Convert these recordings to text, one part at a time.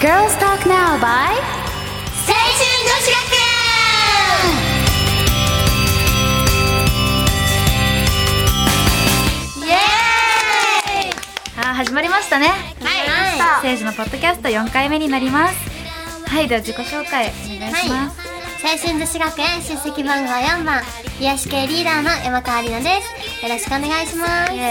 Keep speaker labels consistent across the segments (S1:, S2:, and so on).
S1: Girls Talk Now by
S2: 青春女子学園イエーイ
S1: あー始まりましたね
S2: はい
S1: ステージのポッドキャスト4回目になりますはいでは自己紹介お願いします、
S2: 青春女子学園出席番号4番癒し系リーダーの山川里奈ですよろしくお願いします
S1: イエーイ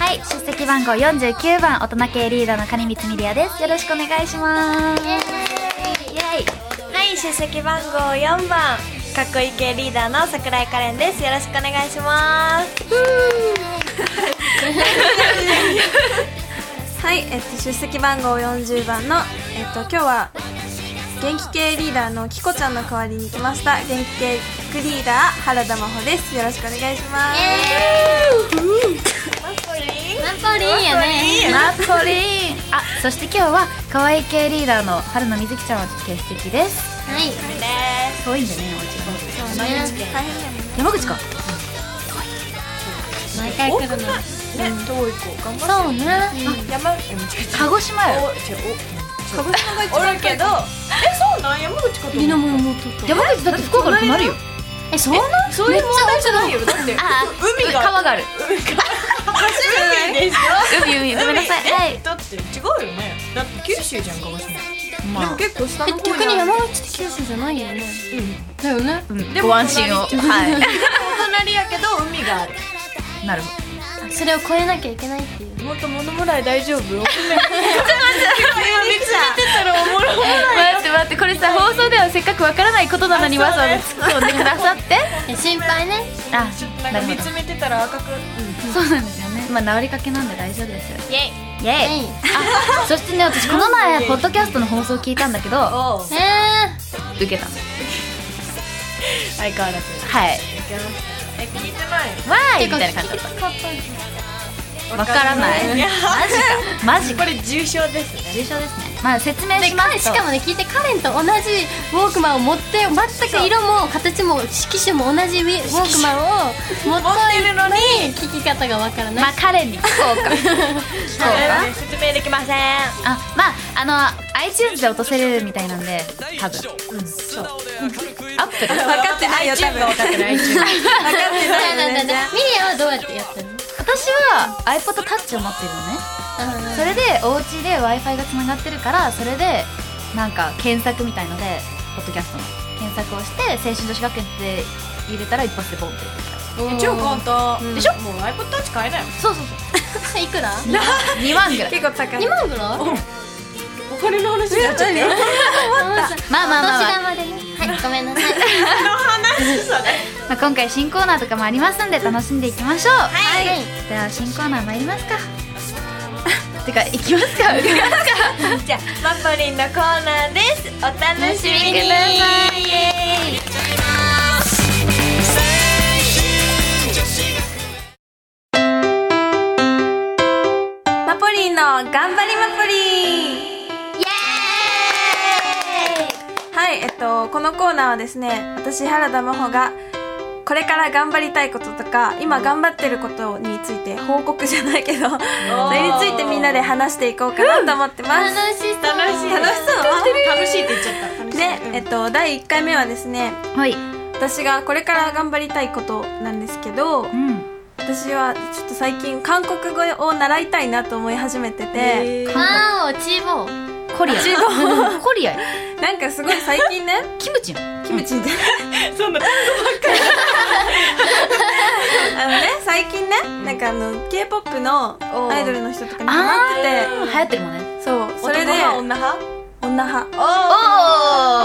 S1: はい出席番号49番大人系リーダーの金光ミリアですよろしくお願いします
S2: イエーイ
S1: イエイ
S3: はい、出席番号4番かっこいい系リーダーの桜井可憐ですよろしくお願いします はい、えっと、出席番号40番の、えっと、今日は元気系リーダーのきこちゃんの代わりに来ました元気系副リーダー原田真帆ですよろしくお願いします
S2: マンポリンやね
S1: マッコリンあそして今日は可愛い系リーダーの春野瑞希ちゃんは欠席です
S2: はい
S1: 遠いんだねお家がね
S3: 大変だね
S1: 山口か
S2: 毎回来るの
S3: ね、どこ行こう頑
S2: そうね
S3: 山口間違え
S1: 鹿児島よ
S3: た鹿児島が一番おるけどえ、そうなん山口かと思っ
S1: 山口だって福岡の隣よ
S2: えそんな
S3: たそういう問題じゃないよだって
S1: あ
S3: 海が
S1: 川がある
S3: 海でしょ
S1: 海海ごめんなさいはい
S3: だって違うよねだって九州じゃん鹿児島で
S1: ま
S3: も
S1: あ
S3: 結構下
S2: え
S3: の方
S2: 逆に
S3: ある
S2: 山口って九州じゃないよねだよね
S1: うんご安心をは
S3: 隣やけど海がある
S1: い なるほど
S2: それを超えなきゃいけないっていう
S3: もっと物もらい大 丈夫ごめんちょっと待って見つめてたらおもろ
S1: 待って待ってこれさ放送ではせっかくわからないことなのにわ
S3: あ
S1: ざ
S3: そ
S1: わざ
S3: うね
S1: 突っ込んでくださって
S2: え心配ね
S1: あ
S3: ちょっとなん
S1: な
S3: か
S1: るほ
S3: 見
S1: ど
S3: つめてたら赤くうん
S1: そうなんですよねまあ治りかけなんで大丈夫ですよ
S3: イエイ
S1: イエイ
S2: えい
S1: あそしてね私この
S3: イエ
S1: 前
S3: イ
S1: ポッドキャストの放送聞いたんだけど
S3: おう
S2: えー
S1: 受けたの
S3: 相変わらず
S1: はい
S3: え、聞いてない
S1: わーいみ
S2: てか
S1: たい
S2: 聞
S1: な感じ
S2: きたかったんです
S1: わからない
S3: いや
S1: マジか
S3: これ重症ですね
S1: 重症ですねまあ説明
S2: で
S1: しま
S2: 彼
S1: す
S2: し
S1: と
S2: かもね聞いてカレンと同じウォークマンを持って全く色も形も色種も同じウィウォークマンを持っているのに聞き方がわからない、
S1: まあ彼に聞こ うか聞こうか
S3: 説明できません
S1: あまああの iTunes で落とせれるみたいなんで多分そうアップル
S3: 分かってないよ多分分かってない分
S2: だ
S3: か ってない
S2: だ
S3: よ
S2: だ
S3: 全然
S2: だミリアはどうやってやってるの
S1: 私は iPod Touch を持ってるのねそれでお家で w i f i がつながってるからそれでなんか検索みたいのでポッドキャストの検索をして青春女子学園って入れたら一発でボンって出てきた
S2: うん
S3: 超簡単
S1: でしょ
S3: もう iPod タッチ買えないもん
S1: そうそう
S2: 単 いくら
S1: そう2万ぐらい
S3: 結構高い
S2: 2万ぐらい
S3: お金の話になっちゃったよ
S1: まあまあまあ、まあ
S2: 年までねはいごめん なさい
S1: まあ今回新コーナーとかもありますんで楽しんでいきましょうはいでは新コーナー参りますか てか行きますか
S3: じゃあマッポリンのコーナーですお楽しみに
S2: ください
S3: マポリンの頑張りマポリンはいえっとこのコーナーはですね私原田真帆がこれから頑張りたいこととか今頑張ってることについて報告じゃないけどそれについてみんなで話していこうかなと思ってます、
S2: 楽しそう
S3: 楽しい楽しそう楽しいって言っちゃったで、えっと、第1回目はですね
S1: はい
S3: 私がこれから頑張りたいことなんですけど
S1: うん
S3: 私はちょっと最近韓国語を習いたいなと思い始めてて
S2: わーおチーボー
S1: コリアコリアよ
S3: なんかすごい最近ね
S1: キムチン
S3: キムチンじゃないそんな単語ばっかりあのね最近ねなんかあの k p o p のアイドルの人とかにハマって
S1: 流行ってるもんね
S3: てそうそれで
S4: 男
S3: 女派女派
S1: お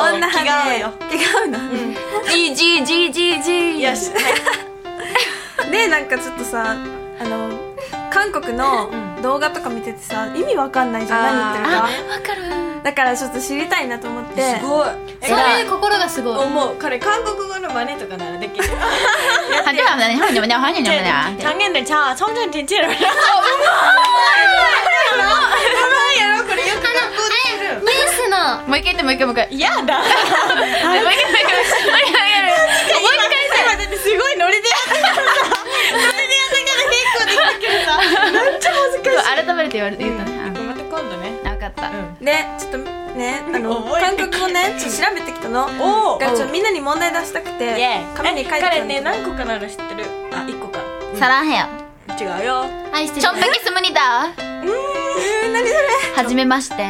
S3: 女派で違うの、
S1: G G G G G
S4: よし、
S3: でなんかちょっとさあの韓国の動画とか見ててさ意味わかんないじゃん何言ってるか
S2: わかる
S3: だからちょっと知りたいなと思って
S4: すごいえ
S2: そういう心がすごい
S4: 思う彼韓国語の真似とかならできる
S1: ハンジャマネハンジャマネハンジャマネ
S4: 単元でちゃあちょんちょんちんち んうまいうまいやろこれよく学校でやる
S2: ニュースの
S1: もう一回言ってもう一回もう一回もう一
S4: やだ
S1: 回もう一回もう一回もう一回
S4: 今だってすごいノリでやったからさノリで やったから結構できたけどさめっちゃ恥ずかしい
S1: 改めて言われて言ったね
S4: また今度ね
S1: あわかかった、
S3: でちょっとねあの
S4: 覚え
S3: 韓
S4: て
S3: 国語ねちょっと調べてきたの
S4: おお
S3: がちょっとみんなに問題出したくて紙に書いてきた
S4: 彼
S3: んだけど
S4: ね何個かなの知ってるあ一個か
S1: サラヘア
S4: 違うよ
S2: 愛してる
S1: ちょんぺきすむにだ
S3: えー何それ
S1: はじめまして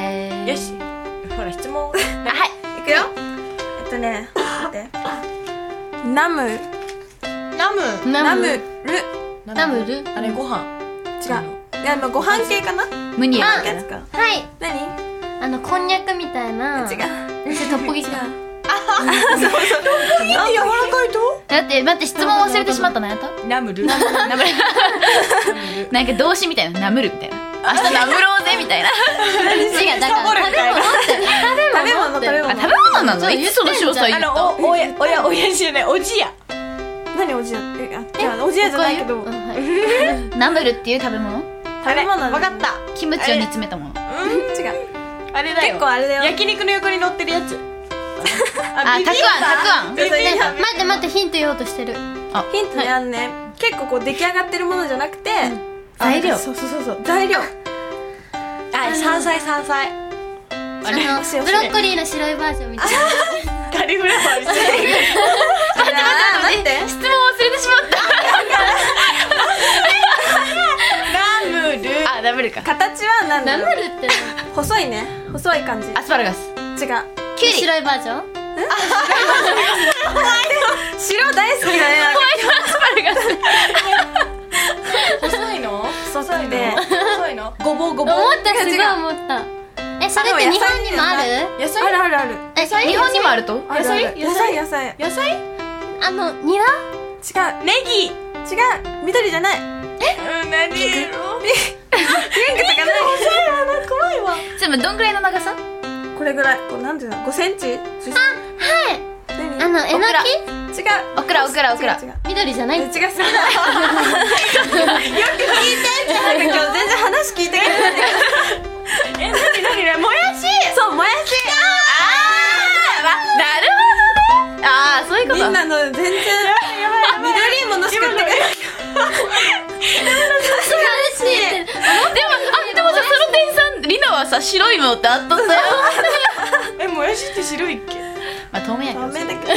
S4: よしほら質問
S1: あはい
S3: いくよえっとね待ってナム
S4: ナム
S3: ナムル違う
S2: ナムル
S4: あれご飯
S3: いやまあご飯系かな
S1: ムニエ
S3: なんかやつか
S2: はい
S3: 何
S2: あのこんにゃくみたいな
S3: 違う
S2: それトッポギ
S3: 違
S2: か
S3: う
S4: え柔らかいと
S1: だって待って質問忘れてしまったのやった
S4: ナムルナムルナムル
S1: なんか動詞みたいなナムるみたいな明日ナムろうぜみたいな
S2: 違うだか
S4: サボる
S2: ら
S4: みたいな
S3: 食べ物食べ
S1: あ
S3: 物
S1: 食べ物なの
S2: そう
S1: いつその詳細言
S4: あ
S1: った
S4: のおおやおやおやじゃないおじや
S3: 何おじやえあ違うおじやじゃないけど
S2: うんはい
S1: ナムルっていう食べ物
S3: 食べ物なの
S4: わかった
S1: キムチを煮詰めたもの
S4: うん
S3: 違う
S4: あれだよ
S3: 結構あれだよ
S4: 焼肉の横に乗ってるやつ
S1: あ
S4: あ
S1: たくあんたく
S4: ビビンバ
S2: 待って待ってヒント言おうとしてる
S3: ヒントね、あのね結構こう出来上がってるものじゃなくて、あ
S1: 材料
S3: そうそうそうそう材料
S4: あ山菜山菜
S2: あ
S4: あれ
S2: の
S3: しよう
S2: ブロッコリーの白いバージョンみたいな
S4: カリフラワーみたいな
S3: 待って待って
S1: あん質問忘れてしまっ
S4: ナムル
S1: たあナムルか
S3: 形は何だ
S2: ナ
S3: ろ
S2: ム
S3: う
S2: ルって
S3: 細いね細い感じ違う
S1: アスパラガス
S2: キュウリ白いバージョン
S3: 白大好きだねなんか
S4: 細いの
S3: 細いね
S4: 細いのごぼうごぼう
S2: 思ったすごい思思ったえそれって日本にもある
S4: 野
S3: あ
S4: 菜
S3: るあるある
S2: えそれ
S1: 日本にもあると
S3: あるある
S4: 野
S3: 野
S4: 菜
S3: 菜野菜
S4: 野菜
S2: あのニラ
S3: 違う
S4: ネギ
S3: 違う緑じゃない
S4: うん何色
S3: ピンクとかない
S4: 怖いわ
S1: ちょっとどんぐらいの長さ
S3: これぐらいこうなんていうの5センチ10センチ
S2: あ
S3: 何
S2: のえの
S1: オクラ
S2: き
S3: 違う
S1: オクラオクラオクラ
S3: 違う違う
S2: 緑じゃない
S3: 違う、すぎない。よく聞いてなんか今日全然話聞いてくれない。
S4: え何何何もやし
S3: そう、もやし
S1: なるほどねああそういうこ
S3: み
S1: と
S3: んなの全然、緑いものしか言ってくれない。
S2: 違うし
S1: でもあでもさその点さんリナはさ白いものってあっとったよ
S4: えもやしって白いっけ
S1: まあ透明やけど
S3: ご
S1: さ
S3: めんだけど。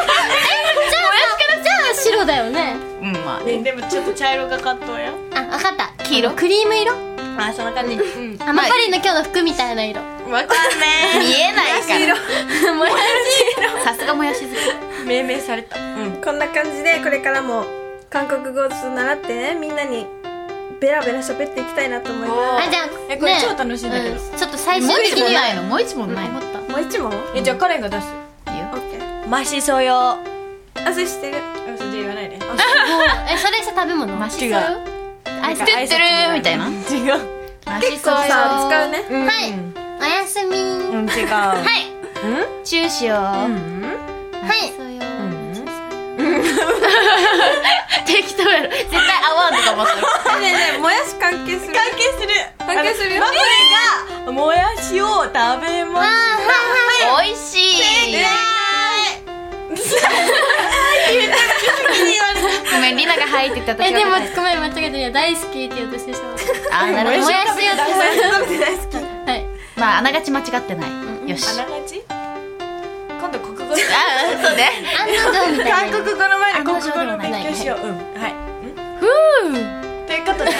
S2: じゃあ白だよね
S1: うんまあ
S4: でもちょっと茶色がかったわよ
S2: あわかった
S1: 黄色
S2: クリーム色
S4: あそんな感じうん
S2: あマカリンの今日の服みたいな色
S4: わかんね
S1: 見えないから
S2: もや
S1: さすがもやし好き
S4: え命名されたうん
S3: こんな感じで、これからも韓国語をちょっと習ってね、みんなにベラベラ喋っていきたいなと思いま
S2: あじゃあ
S4: えこれ
S2: ね
S4: 超楽しいんだけど
S2: うちょっと最終
S1: もう
S2: 的
S1: 一問
S2: に
S1: な
S2: はい
S1: のもう一問ないの
S2: 思った
S3: す。もう一問オ
S4: えじゃあカレンが出す
S1: 言う
S3: ッケー。
S4: マシソヨ
S3: あ、それ知ってる。
S4: あそれ言わないで
S2: えそれさ食べ物マ
S4: 違う
S1: あ知ってってるみたいな
S4: 違う
S1: マシ
S3: 結
S1: ソ
S3: 構
S1: ヨ
S3: さ、使うね。
S2: はいおやすみ
S4: う
S2: は
S4: ん違う
S2: い
S1: チューしよう
S4: うん
S2: はい
S1: 適当やろ絶対合わんとか思って る
S3: ねえねえねえ、もやし関係する。
S4: 関係する
S3: 関係するよ
S4: マコリがもやしを食べま
S2: あ
S4: す
S2: は
S1: 美味し いごめんリナが入ってた私が
S2: いえでもごめん間違えたいや大好きって言おうとしてしまった
S1: あーなるほど
S2: もやしを食べた
S4: もやしを食べて大好き
S2: はい
S1: まああながち間違ってないよし
S4: あ
S1: あ
S4: ながち今度国語
S1: そ
S4: で
S1: うね
S2: あんなどうみたいな
S4: 韓国語の前で国語の勉強しよううんはいふうということで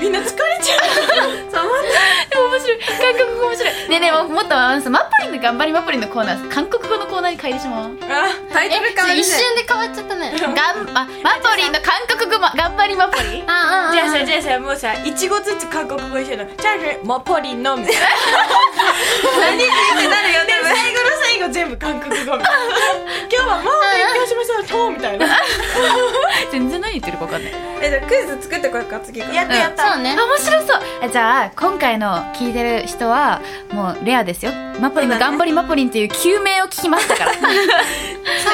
S4: みんな疲れちゃう
S1: でも面白い韓国語面白いねえねえももっとあのさマッポリンの頑張りマッポリンのコーナー韓国語のコーナーに変えてしまおう
S4: あ
S3: タイトル変わるね
S2: 一。瞬で変わっちゃったね
S1: がんあマッポリンの韓国語ま頑張りマッポ リン
S2: ああ
S4: じゃあさじゃあさもうさ一語ずつ韓国語一緒のチャルマポリンのみたいな
S3: 何って言ってなるよ、
S4: で
S3: 多分。
S4: 最後の最後全部韓国語みたいな今日はもう勉強しましょうとうみたいな
S1: 全然何言ってるか分かんない
S3: え、じゃあクイズ作ってこようか、次から。
S4: やったやっ
S2: そう
S4: た
S2: ね
S1: あ面白そうあじゃあ今回の聞いてる人はもうレアですよマポリンの頑張りマポリンという救命を聞きましたから
S2: そ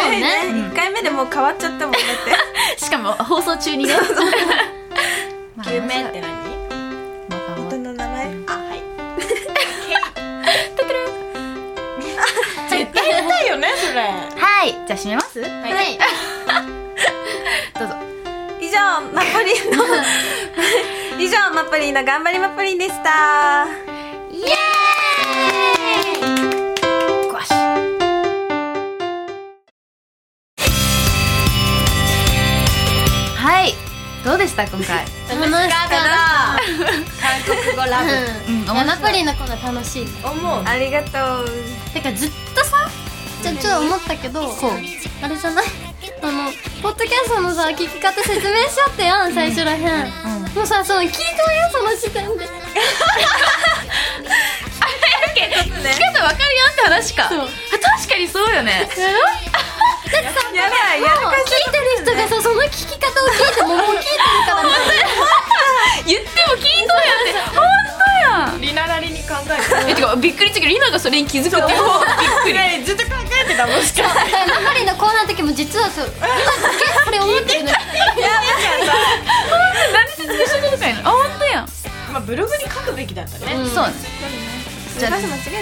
S2: うね
S3: 1回目でもう変わっちゃったもん だって。
S1: しかも放送中にねまあ
S4: 救命って何
S1: またまた
S3: 人の名前
S4: あはい絶対痛いよねそれ
S1: はいじゃあ閉めます
S2: はい
S1: どうぞ
S3: 以上ナポリリンの 以上マップリンの頑張りマップリンでした
S2: イエーイ
S1: 詳しいはいどうでした今回
S2: 楽しかった
S4: 韓国語ラブ
S2: うん
S1: うん面白い
S2: マプリンのコーナー楽しい
S4: 思う
S3: ありがとう
S2: てかずっとさちょちょっと思ったけどこうあれじゃないあのポッドキャストのさ聞き方説明しちゃってやん最初らへん、
S1: うん
S2: もうさその聞いてよその時点で
S1: 聞けたわかるやんって話か
S2: そう
S1: あ確かにそうよね
S3: やばいや
S2: もう聞いてる人がさその聞き方を聞いてももう聞いてるからね
S1: 言っても聞いとんやって本当やん
S4: リナラリに考え
S1: えてかびっくりしたけどリナがそれに気づくってびっく り
S4: てずっと考えてたもしかして
S2: だからママリンのコーナーの時も実はそう今すげえこれ思ってるの
S1: 何説明してくれるかいなあ本当やんそ
S4: まあブログに書くべきだったね
S2: うん
S1: うね
S3: ばい間違えてね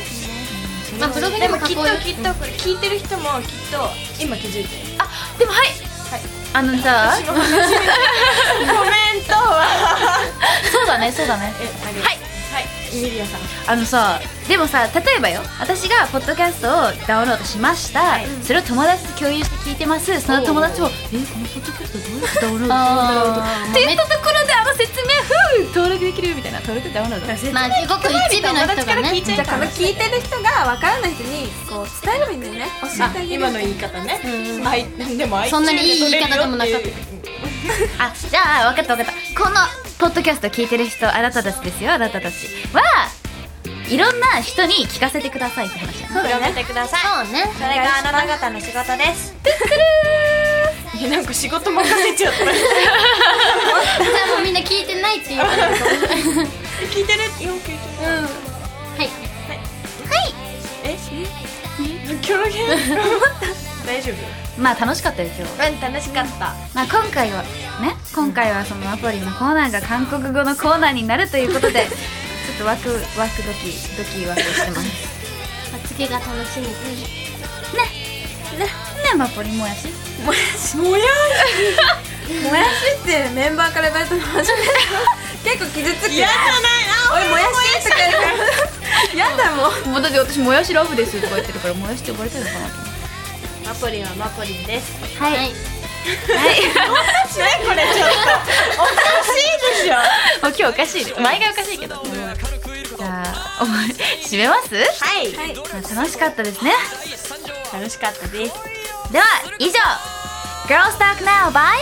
S2: まあブログ
S4: で
S2: に
S4: も
S2: も
S4: きっ
S2: 書
S4: と
S2: こうよ
S4: きっとこれ聞いてる人もきっと今気づいてる
S1: あでもはいあのさ
S4: コメントは
S1: そうだねそうだね
S4: えありがとうはいイミリアさ
S1: あ
S4: ん
S1: のさでもさ例えばよ私がポッドキャストをダウンロードしました、それを友達と共有して聞いてますその友達も「えこのポッドキャストどうやってダウンロードしたんだろう?」とか
S2: あー
S1: って言ったところであの説明ふう登録できるみたいな登録ダウンロード
S2: まあすごく一部の人
S3: 友達か
S2: が
S3: ら聞い
S2: ね
S3: ちゃったじゃあこの聞いてる人が分からない人にこう伝えればいいんだよね教え
S4: あ
S3: てあげる
S4: 今の言い方ね
S2: うん
S4: あいでも
S2: そんなにいい言い方でもなかった
S4: iTunes で撮れるよていう
S1: あじゃあ分かった分かったこのポッドキャスト聞いてる人あなたたちですよあなたたちはいろんな人に聞かせてくださいって話だな
S5: 広めてください
S2: そうね
S5: それがあなた方の仕事です
S4: えなんか仕事任せちゃった
S2: じゃあもうみんな聞いてないっていうことで
S4: 聞いてるよ聞いてる
S2: はい
S4: え キョロゲン 大丈夫
S1: まあ楽しかったよ今日
S5: うん楽しかった
S1: まあ、今回はね今回はそのアプリのコーナーが韓国語のコーナーになるということ でちょっとワクワクドキドキワクしてますね
S2: まあ次が楽しみ
S1: ねねマポリもやし
S3: もやしもやしもやしってメンバーからバイトの初めて 結構傷つく嫌じゃない俺もやしとか言うから嫌だもん
S1: もうだって私もやしラブですとか言ってるからもやしって呼ばれてるのかなと思っ
S5: マポリンはマポリンです
S1: てはい、はい、
S4: これちょっとおかしいでしょ
S1: もう今日おかしいね毎回おかしいけどじゃあお前締めます、
S5: はい
S1: まあ楽しかったですね
S5: 楽しかったです
S1: では以上「Girls Talk Now by
S5: 青春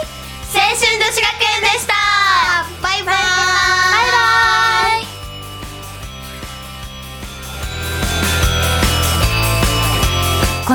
S5: 女子学園でしたバイバイバイバイ
S1: こ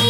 S6: み